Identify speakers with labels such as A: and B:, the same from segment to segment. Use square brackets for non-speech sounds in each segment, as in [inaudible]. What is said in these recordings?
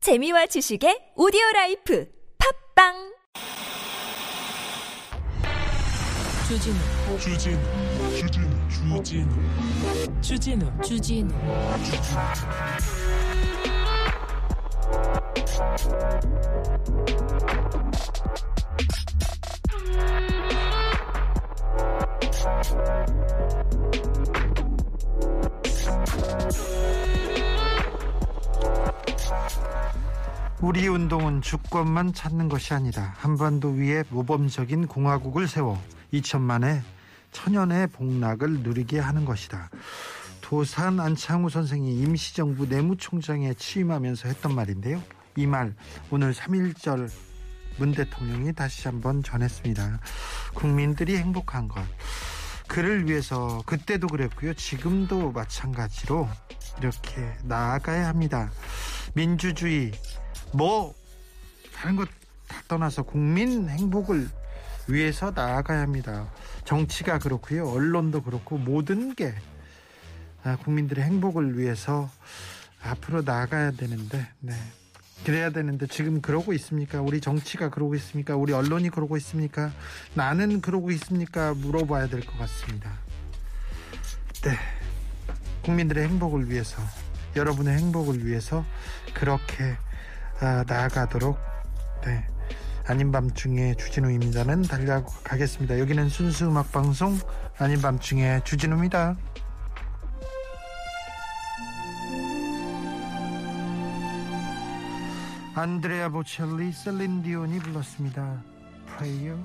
A: 재미와 지식의 오디오 라이프 팝빵
B: 주진우
C: 주진우 주진우 주진우
B: 주진우 주진우
D: 우리 운동은 주권만 찾는 것이 아니다. 한반도 위에 모범적인 공화국을 세워 2000만의 천연의 복락을 누리게 하는 것이다. 도산 안창호 선생이 임시정부 내무총장에 취임하면서 했던 말인데요. 이 말 오늘 3.1절 문 대통령이 다시 한번 전했습니다. 국민들이 행복한 것. 그를 위해서 그때도 그랬고요. 지금도 마찬가지로 이렇게 나아가야 합니다. 민주주의 뭐 다른 것 다 떠나서 국민 행복을 위해서 나아가야 합니다. 정치가 그렇고요. 언론도 그렇고 모든 게 아, 국민들의 행복을 위해서 앞으로 나아가야 되는데 네. 그래야 되는데 지금 그러고 있습니까? 우리 정치가 그러고 있습니까? 우리 언론이 그러고 있습니까? 나는 그러고 있습니까? 물어봐야 될 것 같습니다. 네. 국민들의 행복을 위해서 여러분의 행복을 위해서 그렇게 아, 나아가도록 네. 아닌 밤중에 주진우입니다는 달려가겠습니다. 여기는 순수 음악 방송 아닌 밤중에 주진우입니다. 안드레아 보첼리, 셀린 디온이 불렀습니다. Prayer.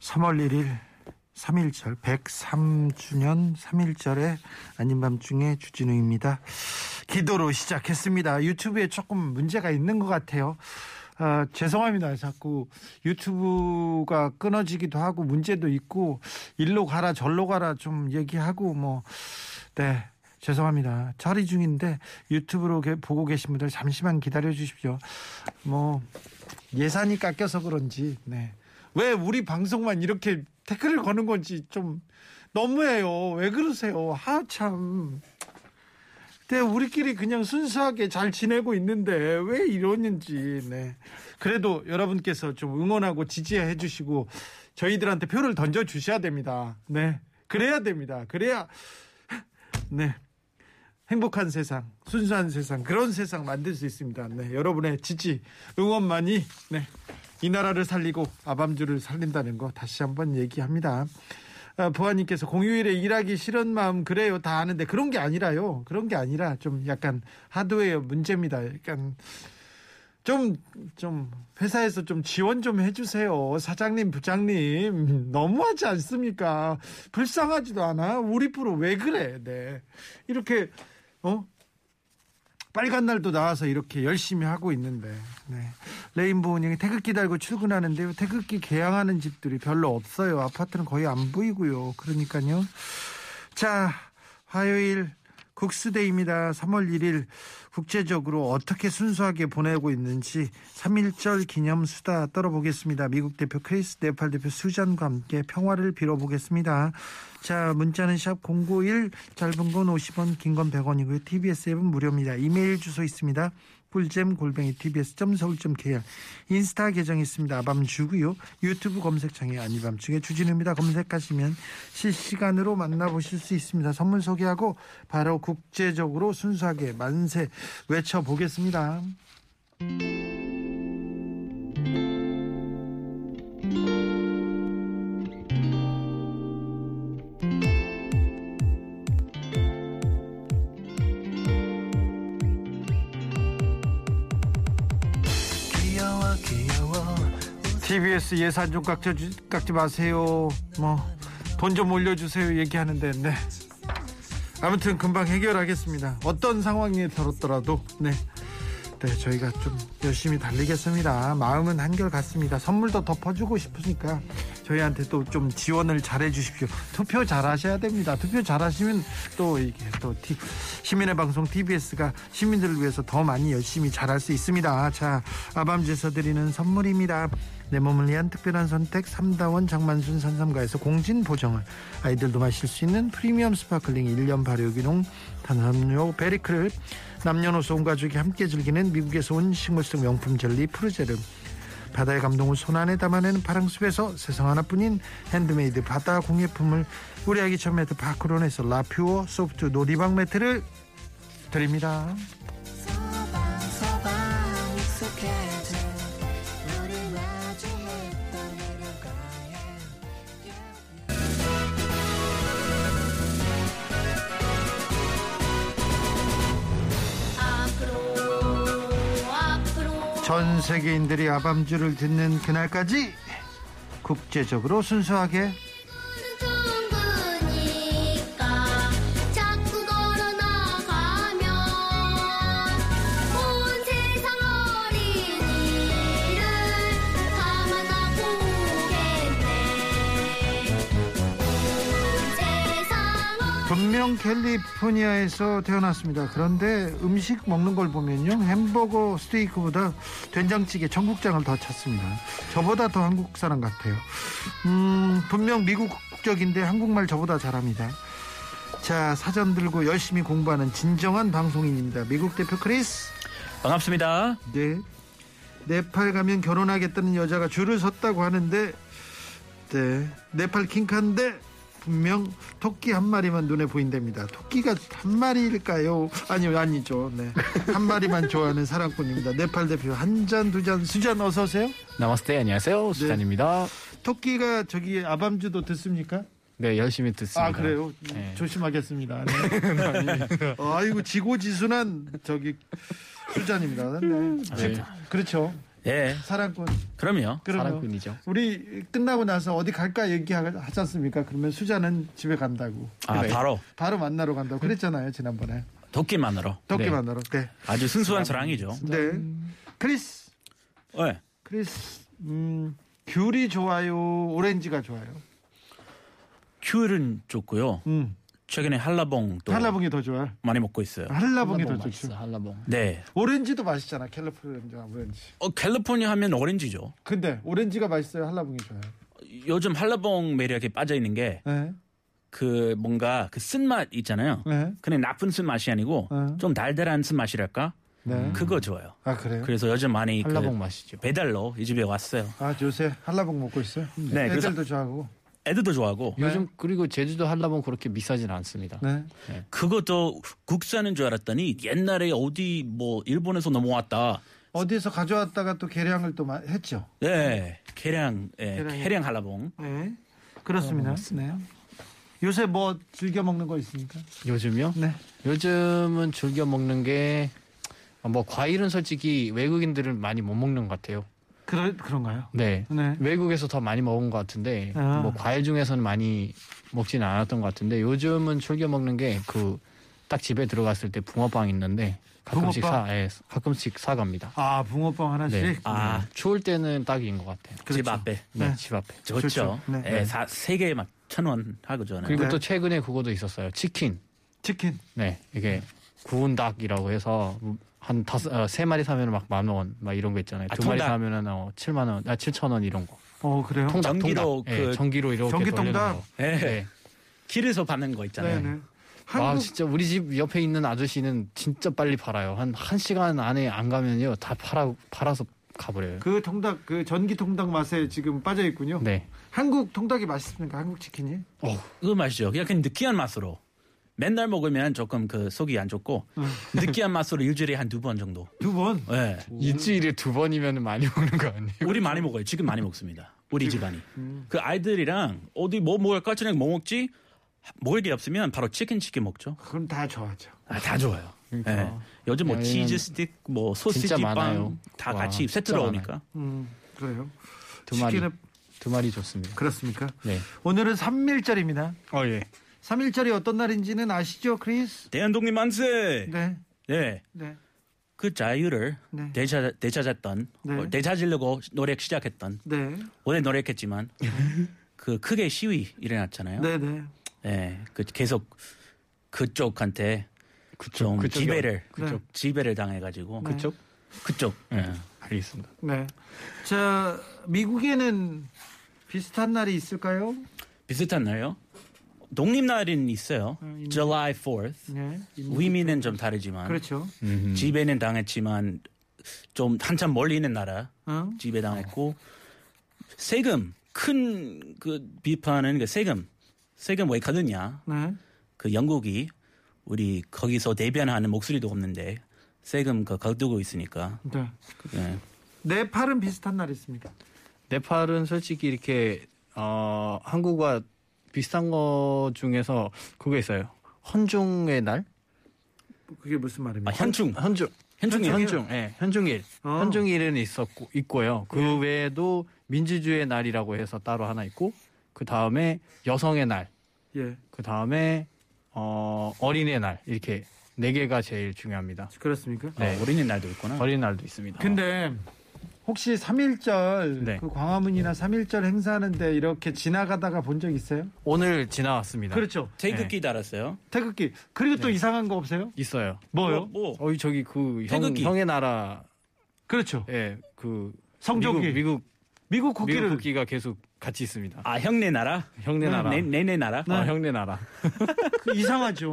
D: (3월 1일) (3일절) (103주년) (3일절에) 아닌 밤중에 주진우입니다 기도로 시작했습니다 유튜브에 조금 문제가 있는 것 같아요 아, 죄송합니다 자꾸 유튜브가 끊어지기도 하고 문제도 있고 일로 가라 절로 가라 좀 얘기하고 뭐, 뭐네 죄송합니다 처리 중인데 유튜브로 게- 보고 계신 분들 잠시만 기다려 주십시오 뭐 예산이 깎여서 그런지 네. 왜 우리 방송만 이렇게 태클을 거는 건지 좀 너무해요. 왜 그러세요? 하 참. 근데 우리끼리 그냥 순수하게 잘 지내고 있는데 왜 이러는지. 네. 그래도 여러분께서 좀 응원하고 지지해 주시고 저희들한테 표를 던져 주셔야 됩니다. 네. 그래야 됩니다. 그래야 네. 행복한 세상, 순수한 세상, 그런 세상 만들 수 있습니다. 네, 여러분의 지지, 응원만이 네, 이 나라를 살리고 아밤주를 살린다는 거 다시 한번 얘기합니다. 아, 부하님께서 공휴일에 일하기 싫은 마음 그래요 다 아는데 그런 게 아니라요. 그런 게 아니라 좀 약간 하드웨어 문제입니다. 약간 좀 좀 회사에서 좀 지원 좀 해주세요 사장님 부장님 너무하지 않습니까 불쌍하지도 않아 우리 프로 왜 그래 네 이렇게 어 빨간 날도 나와서 이렇게 열심히 하고 있는데 네. 레인보우님이 태극기 달고 출근하는데요 태극기 개항하는 집들이 별로 없어요 아파트는 거의 안 보이고요 그러니까요 자, 화요일 국수데이입니다. 3월 1일 국제적으로 어떻게 순수하게 보내고 있는지 3.1절 기념 수다 떨어보겠습니다. 미국 대표 크리스 네팔 대표 수잔과 함께 평화를 빌어보겠습니다. 자, 문자는 샵 091, 짧은 건 50원, 긴 건 100원이고요. TBS 앱은 무료입니다. 이메일 주소 있습니다. 꿀잼 골뱅이 tbs.서울.kr 인스타 계정 있습니다. 아밤주고요. 유튜브 검색창에 아니밤중에 주진우입니다. 검색하시면 실시간으로 만나보실 수 있습니다. 선물 소개하고 바로 국제적으로 순수하게 만세 외쳐보겠습니다. TBS 예산 좀 깎자, 주- 깎지 마세요. 뭐 돈 좀 올려주세요. 얘기하는데 네. 아무튼 금방 해결하겠습니다. 어떤 상황에 들었더라도 네. 네, 저희가 좀 열심히 달리겠습니다. 마음은 한결 같습니다. 선물도 덮어주고 싶으니까 저희한테 또 좀 지원을 잘해 주십시오. 투표 잘 하셔야 됩니다. 투표 잘 하시면 또 이게 또 티- 시민의 방송 TBS가 시민들을 위해서 더 많이 열심히 잘할 수 있습니다. 자, 아밤주에서 드리는 선물입니다. 내 몸을 위한 특별한 선택 삼다원 장만순 산삼가에서 공진 보정을 아이들도 마실 수 있는 프리미엄 스파클링 1년 발효기농 탄산료 베리크를 남녀노소 온 가족이 함께 즐기는 미국에서 온 식물성 명품 젤리 푸르제를 바다의 감동을 손안에 담아내는 파랑숲에서 세상 하나뿐인 핸드메이드 바다 공예품을 우리 아기 처음 매트 파크론에서 라퓨어 소프트 놀이방 매트를 드립니다. 전 세계인들이 아밤주를 듣는 그날까지 국제적으로 순수하게
E: 천국이니까 자꾸 걸어나가면 온 세상 어린이를 담아다 보겠네 온 세상 어
D: 분명 캘리포니아에서 태어났습니다. 그런데 음식 먹는 걸 보면요. 햄버거, 스테이크보다 된장찌개, 청국장을 더 찾습니다. 저보다 더 한국 사람 같아요. 음, 분명 미국 국적인데 한국말 저보다 잘합니다. 자, 사전 들고 열심히 공부하는 진정한 방송인입니다. 미국 대표 크리스.
F: 반갑습니다.
D: 네. 네팔 가면 결혼하겠다는 여자가 줄을 섰다고 하는데 네. 네팔 킹카인데 분명 토끼 한 마리만 눈에 보인답니다. 토끼가 한 마리일까요? 아니요, 아니죠. 네. 한 마리만 좋아하는 사랑꾼입니다. 네팔 대표 한 잔, 두 잔, 수잔 어서 오세요.
F: 나마스테 안녕하세요 수잔입니다.
D: 토끼가 저기 아밤주도 듣습니까?
F: 네 열심히 듣습니다.
D: 아, 그래요.
F: 네.
D: 조심하겠습니다.
F: [laughs]
D: 네. 아이고 지고지순한 저기 수잔입니다. 네.
F: 네.
D: 그렇죠.
F: 예
D: 사랑꾼.
F: 그럼요.
D: 그럼요.
F: 사랑꾼이죠.
D: 우리 끝나고 나서 어디 갈까 얘기하지 않습니까? 그러면 수자는 집에 간다고.
F: 아
D: 그래.
F: 바로
D: 바로 만나러 간다고 그랬잖아요 지난번에
F: 도끼만으로.
D: 덕기
F: 네.
D: 만나러. 네.
F: 아주 순수한 사랑이죠.
D: 네. 크리스,
F: 네.
D: 크리스, 음, 귤이 좋아요, 오렌지가 좋아요.
F: 큐일은 좋고요.
D: 음,
F: 최근에 한라봉도
D: 한라봉이 더 좋아요.
F: 많이 먹고 있어요.
D: 한라봉이 더 좋죠.
F: 네.
D: 오렌지도 맛있잖아. 캘리포니아 오렌지.
F: 어, 캘리포니아 하면 오렌지죠.
D: 근데 오렌지가 맛있어요. 한라봉이 좋아요.
F: 요즘 한라봉 매력에 빠져 있는
D: 네.
F: 게 그 뭔가 그 쓴맛 있잖아요.
D: 네.
F: 그냥 나쁜 쓴맛이 아니고
D: 네.
F: 좀 달달한 쓴맛이랄까?
D: 네.
F: 그거 좋아요.
D: 아 그래요?
F: 음. 그래서 요즘 많이 그
G: 한라봉 맛이죠.
F: 배달로 이 집에 왔어요.
D: 아 요새 한라봉 먹고 있어요.
F: 네,
D: 애들도
F: 그래서-
D: 좋아하고.
F: 애들도 좋아하고
G: 요즘 그리고 제주도 한라봉 그렇게 비싸진 않습니다.
D: 네.
F: 그것도 국산인 줄 알았더니 옛날에 어디 뭐 일본에서 넘어왔다.
D: 어디서 가져왔다가 또 계량을 또 마- 했죠.
F: 네, 계량, 예,
D: 계량이-
F: 계량 한라봉.
D: 네,
G: 어,
D: 그렇습니다. 네. 요새 뭐 즐겨 먹는 거 있습니까?
G: 요즘요?
D: 네.
G: 요즘은 즐겨 먹는 게 뭐 과일은 솔직히 외국인들은 많이 못 먹는 것 같아요.
D: 그런 그런가요?
G: 네.
D: 네.
G: 외국에서 더 많이 먹은 것 같은데
D: 아.
G: 뭐 과일 중에서는 많이 먹지는 않았던 것 같은데 요즘은 즐겨 먹는 게 그 딱 집에 들어갔을 때 붕어빵 있는데 가끔씩
D: 붕어빵?
G: 사, 예, 가끔씩 사 갑니다.
D: 아 붕어빵 하나씩. 음.
G: 네.
F: 아,
G: 추울 때는 딱인 것 같아요.
F: 집
D: 그렇죠.
F: 앞에.
G: 네,
D: 네.
G: 집 앞에.
F: 좋죠.
D: 좋죠. 네.
F: 예, 사, 세 개에 막 천 원 하고 저는.
G: 그리고
D: 네.
G: 또 최근에 그거도 있었어요. 치킨.
D: 치킨.
G: 네, 이게 구운 닭이라고 해서 한 다섯 어, 세 마리 사면 막 만 원, 막 이런 거 있잖아요.
F: 아,
G: 두 마리
F: 통닭.
G: 사면은 어, 7만 원, 아 7천 원 이런 거.
D: 어 그래요?
G: 통닭,
F: 전기로
G: 통닭. 예,
F: 그-
G: 전기로 이렇게
D: 전기
G: 돌리는
D: 통닭?
G: 거.
F: 예,
G: 네.
F: 길에서 받는 거 있잖아요.
D: 네네.
G: 와
D: 한국
G: 진짜 우리 집 옆에 있는 아저씨는 진짜 빨리 팔아요. 한 한 시간 안에 안 가면요 다 팔아 팔아서 가버려요.
D: 그 통닭 그 전기 통닭 맛에 지금 빠져 있군요.
G: 네.
D: 한국 통닭이 맛있습니까? 한국 치킨이?
F: 그거 맛이죠. 약간 느끼한 맛으로. 맨날 먹으면 조금 그 속이 안 좋고
D: 음.
F: 느끼한 맛으로 일주일에 한 두 번 정도.
D: 두 번.
F: 예.
G: 일주일에 두 번이면 많이 먹는 거 아니에요?
D: 그렇죠.
F: 우리 많이 먹어요. 지금 많이 먹습니다. 우리 집안이.
D: 음.
F: 그 아이들이랑 어디 뭐 먹을까? 저녁 뭐 먹지? 먹을 게 없으면 바로 치킨 치킨 먹죠.
D: 그럼 다 좋아하죠.
F: 아, 다 좋아요.
G: 그러니까.
F: 예. 요즘 뭐
G: 야,
F: 치즈
G: 이건
F: 스틱, 뭐 소시지
G: 진짜 많아요.
F: 빵다
G: 와,
F: 같이
G: 진짜
F: 세트로 오니까.
D: 음 그래요.
G: 두 마리.
D: 치킨은
G: 두 마리 좋습니다.
D: 그렇습니까?
G: 네.
D: 오늘은 삼일절입니다.
F: 어 예.
D: 삼일절이 어떤 날인지는 아시죠, 크리스?
F: 대한독립 만세. 네.
D: 네. 네.
F: 그 자유를
D: 네.
F: 되찾, 되찾았던
D: 네.
F: 어, 되찾으려고 노력 시작했던
D: 네.
F: 오래
G: [laughs]
F: 노력했지만 그 크게 시위 일어났잖아요.
D: 네, 네.
F: 예. 그 계속 그쪽한테 좀
G: 그쪽이 네.
F: 지배를
D: 그쪽.
F: 지배를 당해 가지고
D: 그쪽?
F: 그쪽. 예.
G: 알겠습니다.
D: 네. 자, 미국에는 비슷한 날이 있을까요?
F: 비슷한 날요? 독립 날은 있어요.
G: 아,
F: July 4th.
D: 네.
F: 의미는 좀 다르지만
D: 그렇죠.
G: 음.
F: 지배는 당했지만 좀 한참 멀리 있는 나라
D: 어?
F: 지배당했고 세금 큰 그 비판은 그 세금 세금 왜 가느냐
D: 네.
F: 그 영국이 우리 거기서 대변하는 목소리도 없는데 세금 그 거두고 있으니까
D: 네.
F: 예.
D: 네팔은 비슷한 날이 있습니까?
G: 네팔은 솔직히 이렇게 어, 한국과 비슷한 거 중에서 그게 있어요. 헌중의 날?
D: 그게 무슨
F: 아,
D: 말입니까?
F: 현충
G: 헌중.
F: 현충일.
G: 현중. 예, 현중일.
D: 어.
G: 현중일은 있었고
F: 예.
G: 있고요. 그 외에도 민주주의 의 날이라고 해서 따로 하나 있고 그 다음에 여성의 날,
D: 예.
G: 그 다음에 어, 어린의 날 이렇게 네 개가 제일 중요합니다.
D: 그렇습니까?
G: 네.
F: 어, 어린이날도 있구나.
G: 어린 날도 있습니다.
D: 근데 혹시 3.1절
G: 네.
D: 그 광화문이나 3.1절 행사하는데 이렇게 지나가다가 본 적 있어요?
G: 오늘 지나왔습니다.
D: 그렇죠.
F: 태극기 달았어요.
D: 태극기. 그리고
G: 네.
D: 또 이상한 거 없어요?
G: 있어요.
D: 뭐요?
F: 뭐, 뭐.
G: 어, 저기 그 형,
F: 태극기.
G: 형의 나라
D: 그렇죠.
G: 예, 그
D: 성조기.
G: 미국 미국,
D: 미국 국기를
G: 미국 국기가 계속 같이 있습니다.
F: 아 형네 나라.
G: 형네 나라.
F: 내, 내내 나라.
G: 아,
F: 어, 형-
G: 형네 나라.
D: 그
G: [laughs]
D: 이상하죠.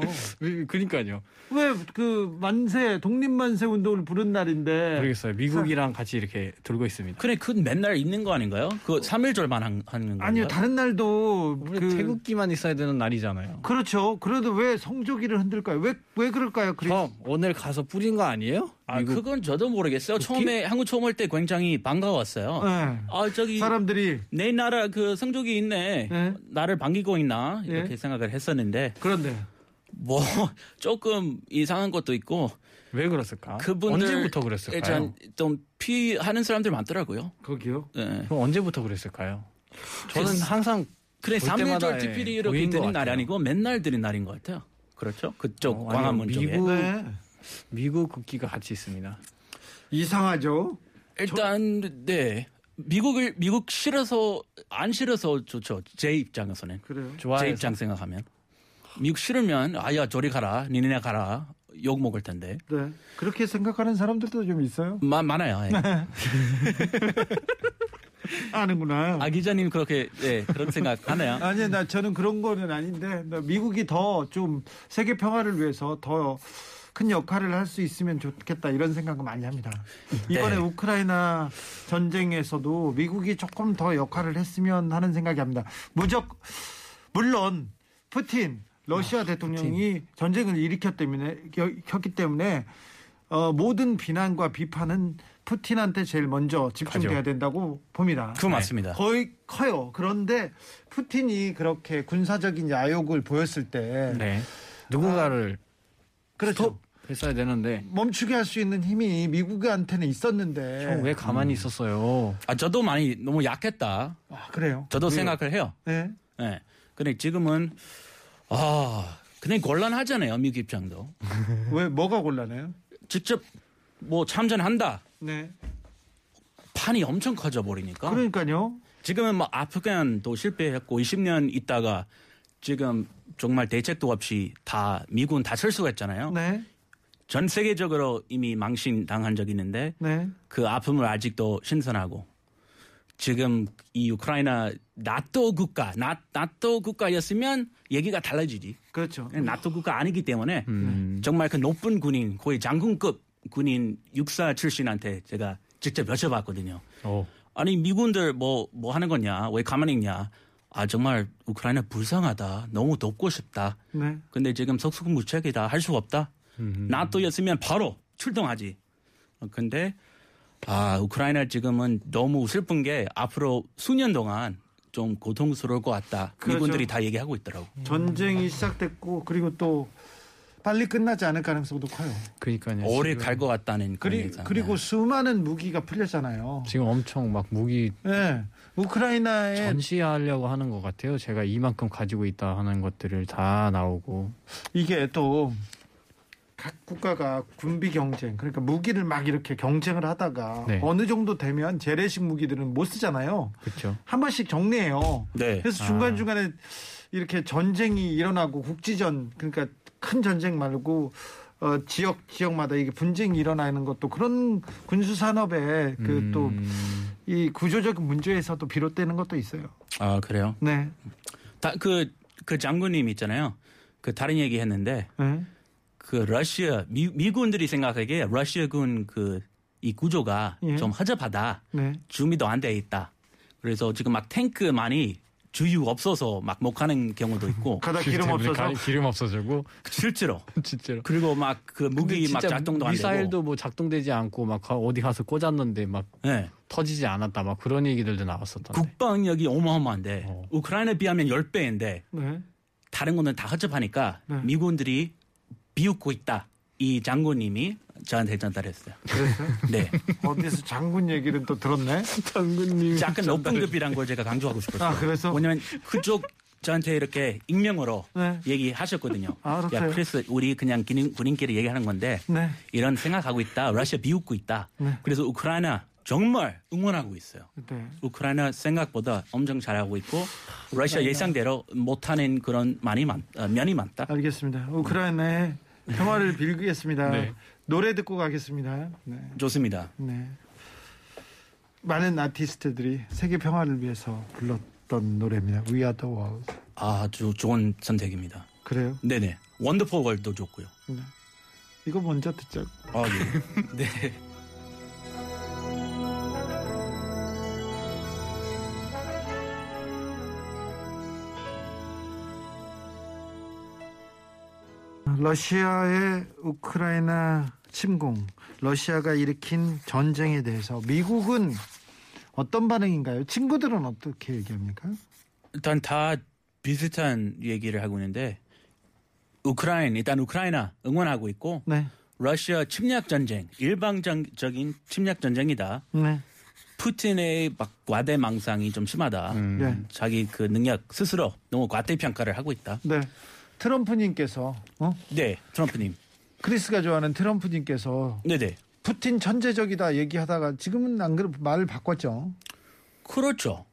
G: 그러니까요.
D: 왜 그 만세 독립 만세 운동을 부른 날인데
G: 모르겠어요. 미국이랑 같이 이렇게 들고 있습니다.
F: 그래 그 맨날 있는 거 아닌가요? 그 3일절만 한, 하는 거.
D: 아니요 다른 날도
G: 원래
D: 그
G: 태극기만 있어야 되는 날이잖아요.
D: 그렇죠. 그래도 왜 성조기를 흔들까요? 왜 왜 그럴까요? 그리...
G: 저 오늘 가서 뿌린 거 아니에요?
F: 아,
G: 미국
F: 그건 저도 모르겠어요. 처음에 한국 처음 올 때 굉장히 반가웠어요.
D: 네.
F: 아 저기
D: 사람들이
F: 내 나라 그 성적이 있네.
D: 네.
F: 나를 반기고 있나 이렇게
D: 네.
F: 생각을 했었는데
D: 그런데
F: 뭐 [laughs] 조금 이상한 것도 있고
G: 왜 그랬을까?
F: 그분들
G: 언제부터 그랬을까요?
F: 일단 좀 피하는 사람들 많더라고요.
D: 거기요.
F: 예.
G: 그럼 언제부터 그랬을까요? 저는 항상
F: 그래
G: 볼
F: 3일절
G: 때마다,
F: 특필이
G: 예,
F: 이렇게
G: 보인 것
F: 드린 날이
G: 같아요.
F: 아니고 맨날 드린 날인 것 같아요. 그렇죠? 그쪽
G: 어, 아니요.
F: 광화문 쪽에.
G: 미국-
D: 네.
G: 미국 국기가 같이 있습니다.
D: 이상하죠.
F: 일단 네 미국을 미국 싫어서 안 싫어서 좋죠 제 입장에서는
D: 그래요.
F: 제
G: 좋아해서
F: 입장 생각하면 미국 싫으면 아야 저리 가라 니네 가라 욕 먹을 텐데
D: 네. 그렇게 생각하는 사람들도 좀 있어요.
F: 마, 많아요
G: [laughs]
F: 예.
D: 아는구나.
F: 아 기자님 그렇게 예 그런 생각 하나요
D: 아니 나 저는 그런 거는 아닌데 나 미국이 더 좀 세계 평화를 위해서 더 큰 역할을 할 수 있으면 좋겠다 이런 생각을 많이 합니다. 이번에
F: 네.
D: 우크라이나 전쟁에서도 미국이 조금 더 역할을 했으면 하는 생각이 합니다. 무적 물론 푸틴 러시아 대통령이 전쟁을 일으켰 때문에 겨- 켰기 때문에 어, 모든 비난과 비판은 푸틴한테 제일 먼저 집중돼야 된다고 봅니다. 네.
F: 그거 맞습니다
D: 거의 커요. 그런데 푸틴이 그렇게 군사적인 야욕을 보였을 때
G: 네. 누군가를 아,
D: 그렇죠.
G: 했어야 되는데
D: 멈추게 할 수 있는 힘이 미국한테는 있었는데
G: 형 왜 가만히 있었어요?
F: 아 저도 많이 너무 약했다
D: 아, 그래요.
F: 저도 생각을 해요
D: 네.
F: 예 근데 지금은 아 그냥 곤란하잖아요 미국 입장도
D: 왜 뭐가 곤란해요?
F: 직접 뭐 참전한다
D: 네.
F: 판이 엄청 커져 버리니까
D: 그러니까요.
F: 지금은 뭐 아프간도 실패했고 20년 있다가 지금 정말 대책도 없이 다 미군 다 철수했잖아요.
D: 네.
F: 전 세계적으로 이미 망신 당한 적이 있는데
D: 네.
F: 그 아픔을 아직도 신선하고 지금 이 우크라이나 나토 국가 나, 나토 국가였으면 얘기가 달라지지.
D: 그렇죠.
F: 나토 국가 아니기 때문에 정말 그 높은 군인 거의 장군급 군인 육사 출신한테 제가 직접 여쭤봤거든요.
G: 어.
F: 아니 미군들 뭐 뭐 하는 거냐 왜 가만히 있냐 아 정말 우크라이나 불쌍하다 너무 돕고 싶다
D: 네.
F: 근데 지금 속수무책이다 할 수 없다
D: 음.
F: 나토였으면 바로 출동하지 어, 근데 아 우크라이나 지금은 너무 슬픈 게 앞으로 수년 동안 좀 고통스러울 것 같다
D: 그렇죠.
F: 미군들이 다 얘기하고 있더라고
D: 전쟁이 시작됐고 그리고 또 빨리 끝나지 않을 가능성도 커요.
G: 그러니까요.
F: 오래
G: 지금,
F: 갈 것 같다는
D: 네, 그리,
F: 그런
D: 그리고 수많은 무기가 풀렸잖아요.
G: 지금 엄청 막 무기
D: 네.
G: 네.
D: 우크라이나에
G: 전시하려고 하는 것 같아요. 제가 이만큼 가지고 있다 하는 것들을 다 나오고
D: 이게 또 각 국가가 군비 경쟁 그러니까 무기를 막 이렇게 경쟁을 하다가
G: 네.
D: 어느 정도 되면 재래식 무기들은 못 쓰잖아요.
G: 그렇죠.
D: 한 번씩 정리해요.
F: 네.
D: 그래서
G: 아.
D: 중간 중간에 이렇게 전쟁이 일어나고 국지전 그러니까 큰 전쟁 말고 어, 어, 지역 지역마다 이게 분쟁이 일어나는 것도 그런 군수 산업의 그 또 이
G: 음,
D: 구조적인 문제에서도 비롯되는 것도 있어요.
F: 아 그래요?
D: 네.
F: 다그그 장군님 있잖아요. 그 다른 얘기 했는데
D: 네.
F: 그 러시아 미, 미군들이 생각하기에 러시아군 그 이 구조가
D: 예.
F: 좀 허접하다.
D: 네.
F: 준비도 안 돼 있다. 그래서 지금 막 탱크 많이 주유 없어서 막 못 가는 경우도 있고 그
D: 가다 기름
G: 때문에
D: 없어서
G: 아, 가- 기름 없어서고 [laughs]
F: 실제로
G: 진짜로.
F: 그리고 막 그 무기 막 작동도 안
G: 미사일도
F: 되고
G: 뭐 작동되지 않고 막 가- 어디 가서 꽂았는데 막
F: 예.
G: 터지지 않았다 막 그런 얘기들도 나왔었던데.
F: 국방력이 어마어마한데
G: 어.
F: 우크라이나에 비하면 10배인데
D: 네.
F: 다른 거는 다 허접하니까
D: 네.
F: 미군들이 비웃고 있다. 이 장군님이 저한테 전달했어요.
D: 그래서 [laughs]
F: 네.
D: 어디서 장군 얘기를 또 들었네.
G: 장군님.
F: 약간 높은 급이란 걸 제가 강조하고 싶었어요.
D: 아, 그래서?
F: 왜냐면 그쪽 저한테 이렇게 익명으로
D: 네.
F: 얘기하셨거든요.
D: 아,
F: 야,
D: 그렇대요.
F: 그래서 우리 그냥 군인, 군인끼리 얘기하는 건데
D: 네.
F: 이런 생각하고 있다. 러시아 비웃고 있다.
D: 네.
F: 그래서 우크라이나 정말 응원하고 있어요.
D: 네.
F: 우크라이나 생각보다 엄청 잘하고 있고 러시아 예상대로 못하는 그런 많이 많, 어, 면이 많다.
D: 알겠습니다. 우크라이나의 평화를 빌겠습니다.
G: 네.
D: 노래 듣고 가겠습니다. 네.
F: 좋습니다.
D: 네. 많은 아티스트들이 세계 평화를 위해서 불렀던 노래입니다. We Are the World.
F: 아주 좋은 선택입니다.
D: 그래요?
F: 네네. 원더풀 월도 좋고요.
D: 네. 이거 먼저 듣죠.
F: 아, 예. [laughs] 네.
D: 러시아의 우크라이나 침공, 러시아가 일으킨 전쟁에 대해서 미국은 어떤 반응인가요? 친구들은 어떻게 얘기합니까?
F: 일단 다 비슷한 얘기를 하고 있는데 우크라이나 일단 우크라이나 응원하고 있고
D: 네.
F: 러시아 침략 전쟁 일방적인 침략 전쟁이다.
D: 네.
F: 푸틴의 막 과대망상이 좀 심하다.
D: 네.
F: 자기 그 능력 스스로 너무 과대평가를 하고 있다.
D: 네. 트럼프님께서, 어?
F: 네, 트럼프님.
D: 크리스가 좋아하는 트럼프님께서
F: 네네.
D: 푸틴 천재적이다 얘기하다가 지금은 안 그래도 말을 바꿨죠. [laughs]
F: 그렇죠.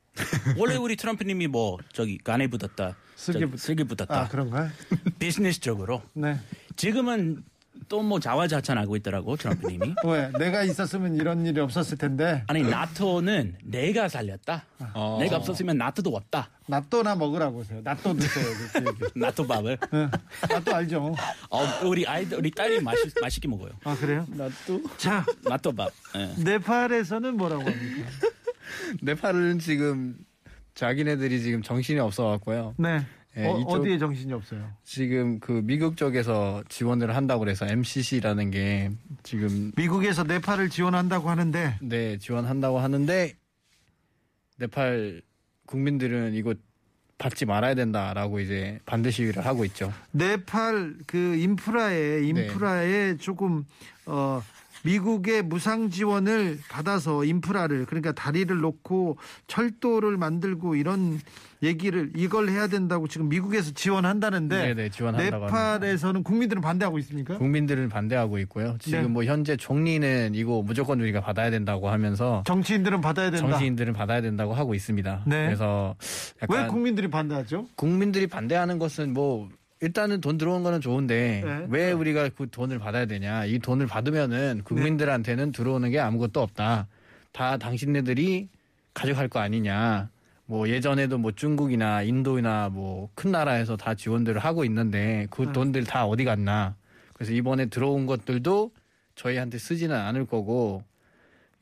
F: 원래 우리 트럼프님이 뭐 저기 간에 붙었다,
D: 슬기
F: 저기
D: 붙-
F: 슬기 붙었다.
D: 아, 그런가요?
F: 비즈니스적으로
D: 네.
F: 지금은 또 뭐 자화자찬하고
D: [laughs]
F: 있더라고 트럼프님이.
D: 왜? 내가 있었으면 이런 일이 없었을 텐데
F: 아니 나토는 내가 살렸다.
D: 아.
F: 내가 없었으면 나토도 없다.
D: 낫또나 먹으라고 하세요. 낫또 드세요. 그렇게 얘기해요.
F: 나토 밥을.
D: 네. 낫또 알죠.
F: 어, 우리 아이들 우리 딸이 맛있, 맛있게 먹어요.
D: 아, 그래요?
G: 나또
D: 자,
F: 나토 밥. 예.
D: 네팔에서는 뭐라고 합니까?
G: 네팔은 지금 자기네들이 지금 정신이 없어갖고요.
D: 네.
G: 예,
D: 어,
G: 이쪽-
D: 어디에 정신이 없어요?
G: 지금 그 미국 쪽에서 지원을 한다고 그래서 MCC라는 게 지금
D: 미국에서 네팔을 지원한다고 하는데
G: 네 지원한다고 하는데 네팔 국민들은 이거 받지 말아야 된다라고 이제 반대 시위를 하고 있죠.
D: 네팔 그 인프라에
G: 네.
D: 인프라에 조금 어 미국의 무상 지원을 받아서 인프라를 그러니까 다리를 놓고 철도를 만들고 이런 얘기를 이걸 해야 된다고 지금 미국에서 지원한다는데
G: 네네, 지원한다고
D: 네팔에서는 국민들은 반대하고 있습니까?
G: 국민들은 반대하고 있고요. 지금
D: 네.
G: 뭐 현재 총리는 이거 무조건 우리가 받아야 된다고 하면서
D: 정치인들은 받아야 된다.
G: 정치인들은 받아야 된다고 하고 있습니다.
D: 네.
G: 그래서
D: 왜
G: 약간
D: 국민들이 반대하죠?
G: 국민들이 반대하는 것은 뭐 일단은 돈 들어온 거는 좋은데
D: 네.
G: 왜 우리가 그 돈을 받아야 되냐 이 돈을 받으면은 국민들한테는 들어오는 게 아무것도 없다 다 당신네들이 가져갈 거 아니냐 뭐 예전에도 뭐 중국이나 인도나 뭐 큰 나라에서 다 지원들을 하고 있는데 그 돈들 다 어디 갔나 그래서 이번에 들어온 것들도 저희한테 쓰지는 않을 거고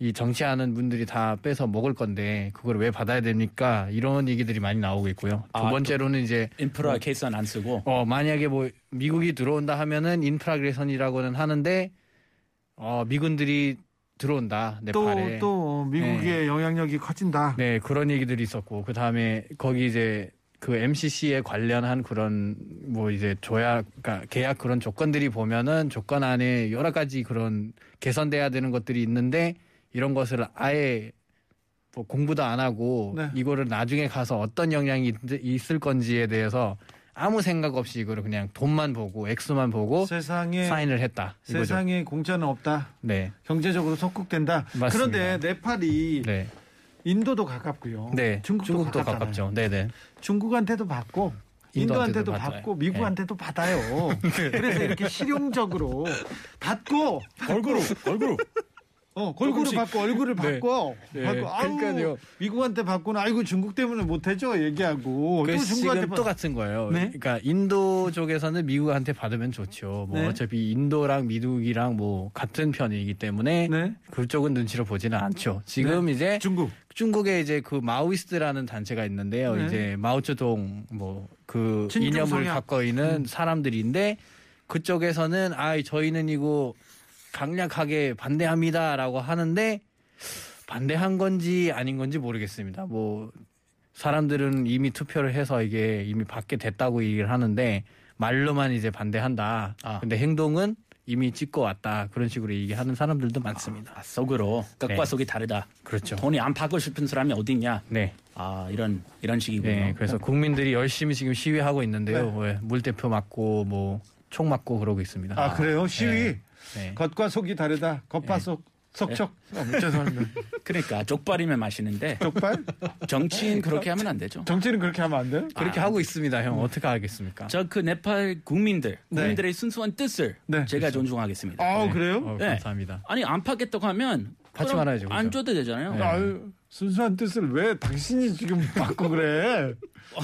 G: 이 정치하는 분들이 다 뺏어 먹을 건데 그걸 왜 받아야 됩니까? 이런 얘기들이 많이 나오고 있고요. 두
F: 아, 또-
G: 번째로는 이제
F: 인프라
D: 뭐?
F: 케이스는 안 쓰고
G: 어 만약에 뭐 미국이 들어온다 하면은 인프라 개선이라고는 하는데 어 미군들이 들어온다
D: 또
G: 네팔에
D: 또 미국의
G: 네.
D: 영향력이 커진다.
G: 네 그런 얘기들이 있었고 그 다음에 거기 이제 그 MCC에 관련한 그런 뭐 이제 조약 그러니까 계약 그런 조건들이 보면은 조건 안에 여러 가지 그런 개선돼야 되는 것들이 있는데 이런 것을 아예 뭐 공부도 안 하고
D: 네.
G: 이거를 나중에 가서 어떤 영향이 있- 있을 건지에 대해서 아무 생각 없이 이거를 그냥 돈만 보고 액수만 보고
D: 세상에
G: 네. 사인을 했다 이거죠.
D: 세상에 공짜는 없다.
G: 네,
D: 경제적으로 속국된다.
G: 맞습니다.
D: 그런데 네팔이
G: 네,
D: 인도도 가깝고요.
G: 네.
D: 중국도,
G: 중국도
D: 가깝잖아요.
G: 가깝죠. 네, 네.
D: 중국한테도 받고 인도한테도
G: 받아요. 네.
D: 받고 미국한테도
G: [laughs]
D: 받아요. 그래서 이렇게 실용적으로 받고
G: 걸그룹 걸그룹
D: 어, 얼굴을
G: 조금씩.
D: 받고 얼굴을
G: 네.
D: 받고
G: 네,
D: 받고 아우
G: 그러니까요.
D: 미국한테 받고는 아이고 중국 때문에 못 해줘 얘기하고 또
G: 그래서
D: 중국한테
G: 지금
D: 받...
G: 똑같은 거예요.
D: 네?
G: 그러니까 인도 쪽에서는 미국한테 받으면 좋죠. 뭐
D: 네.
G: 어차피 인도랑 미국이랑 뭐 같은 편이기 때문에
D: 네.
G: 그쪽은 눈치를 보지는 않죠. 지금 이제
D: 중국
G: 중국에 이제 그 마오이스트라는 단체가 있는데요.
D: 네.
G: 이제 마오쩌둥 뭐 그
D: 진중
G: 이념을
D: 성향. 음.
G: 갖고 있는 사람들인데 그쪽에서는 아 저희는 이거 강력하게 반대합니다라고 하는데 반대한 건지 아닌 건지 모르겠습니다. 뭐 사람들은 이미 투표를 해서 이게 이미 받게 됐다고 얘기를 하는데 말로만 이제 반대한다.
F: 아.
G: 근데 행동은 이미 찍고 왔다. 그런 식으로 얘기하는 사람들도 많습니다.
F: 아, 속으로 끝과
G: 네.
F: 속이 다르다.
G: 그렇죠.
F: 돈이 안 받고 싶은 사람이 어딨냐?
G: 네.
F: 아 이런 이런 식이군요.
G: 네, 그래서 국민들이 열심히 지금 시위하고 있는데요. 예, 물대표 맞고 뭐 총 맞고 그러고 있습니다.
D: 아 그래요 시위
G: 네.
D: 겉과 속이 다르다 겉과 속 속촉 어,
G: 아,
D: 죄송합니다
F: 그러니까 족발이면 마시는데
G: [laughs]
D: 족발
F: 정치인 그렇게 하면 안 되죠.
D: [laughs] 정치는 그렇게 하면 안 돼요
G: 그렇게 하고 있습니다, 형. 어떻게 하겠습니까?
F: 저 그 네팔 국민들 국민들의 순수한 뜻을
D: 네,
F: 제가
G: 그렇죠.
F: 존중하겠습니다.
D: 아
G: 어,
D: 그래요
F: 네.
G: 감사합니다.
F: 아니 안 파겠다고 하면
G: 같이
F: 그럼
G: 말아야죠,
F: 안
G: 그죠?
F: 줘도 되잖아요.
G: 네.
D: 아유 순수한 뜻을 왜 당신이 지금 받고 [laughs] 그래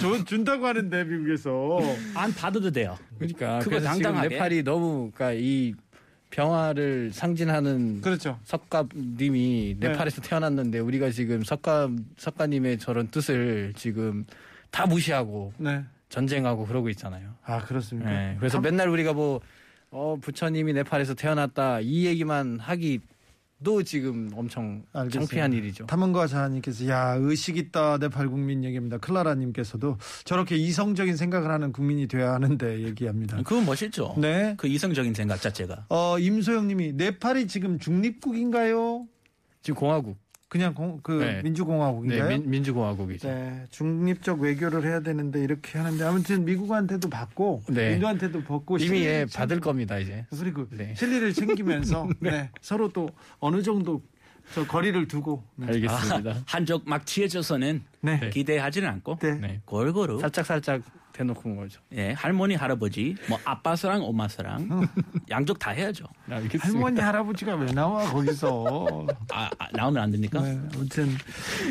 D: 돈 준다고 하는데 미국에서
F: 안 받아도 돼요.
G: 그러니까
F: 그거
G: 그래서 지금
F: 당당하게.
G: 네팔이 너무 그러니까 이 병화를 상징하는
D: 그렇죠
G: 석가님이 네팔에서 태어났는데 우리가 지금 석가 석가님의 저런 뜻을 지금 다 무시하고
D: 네아
G: 전쟁하고 그러고 있잖아요.
D: 그렇습니까
G: 네, 그래서 맨날 우리가 뭐 어, 부처님이 네팔에서 태어났다 이 얘기만 하기도 지금 엄청
D: 알겠어요.
G: 창피한 일이죠.
D: 탐험가 자님께서 야 의식 있다 네팔 국민 얘기입니다. 클라라님께서도 저렇게 이성적인 생각을 하는 국민이 돼야 하는데 얘기합니다.
F: 그건 멋있죠.
D: 네.
F: 그 이성적인 생각 자체가.
D: 어 임소영님이 네팔이 지금 중립국인가요?
G: 지금 공화국,
D: 그냥 공, 그
G: 네.
D: 민주공화국인가요?
G: 네, 민, 주공화국이죠
D: 네, 중립적 외교를 해야 되는데 이렇게 하는데 아무튼 미국한테도 받고
G: 네.
D: 인도한테도 받고
G: 이미
D: 실리를
G: 예,
D: 챙-
G: 받을 겁니다 이제.
D: 그리고
G: 네.
D: 실리를
G: [laughs]
D: 챙기면서 네, 서로 또 어느 정도 저 거리를 두고 네.
G: 알겠습니다.
F: 아, 한적 막 취해져서는
D: 네.
F: 기대하지는 않고
D: 네.
G: 네.
F: 골고루
G: 살짝 살짝 대놓고 온 거죠.
F: 예, 할머니 할아버지 뭐 아빠서랑
D: [laughs]
F: 엄마서랑 양쪽 다 해야죠.
G: 네, 알겠습니다.
D: 할머니 할아버지가 왜 나와 거기서
F: 아, 아, 나오면 안 됩니까?
D: 네, 아무튼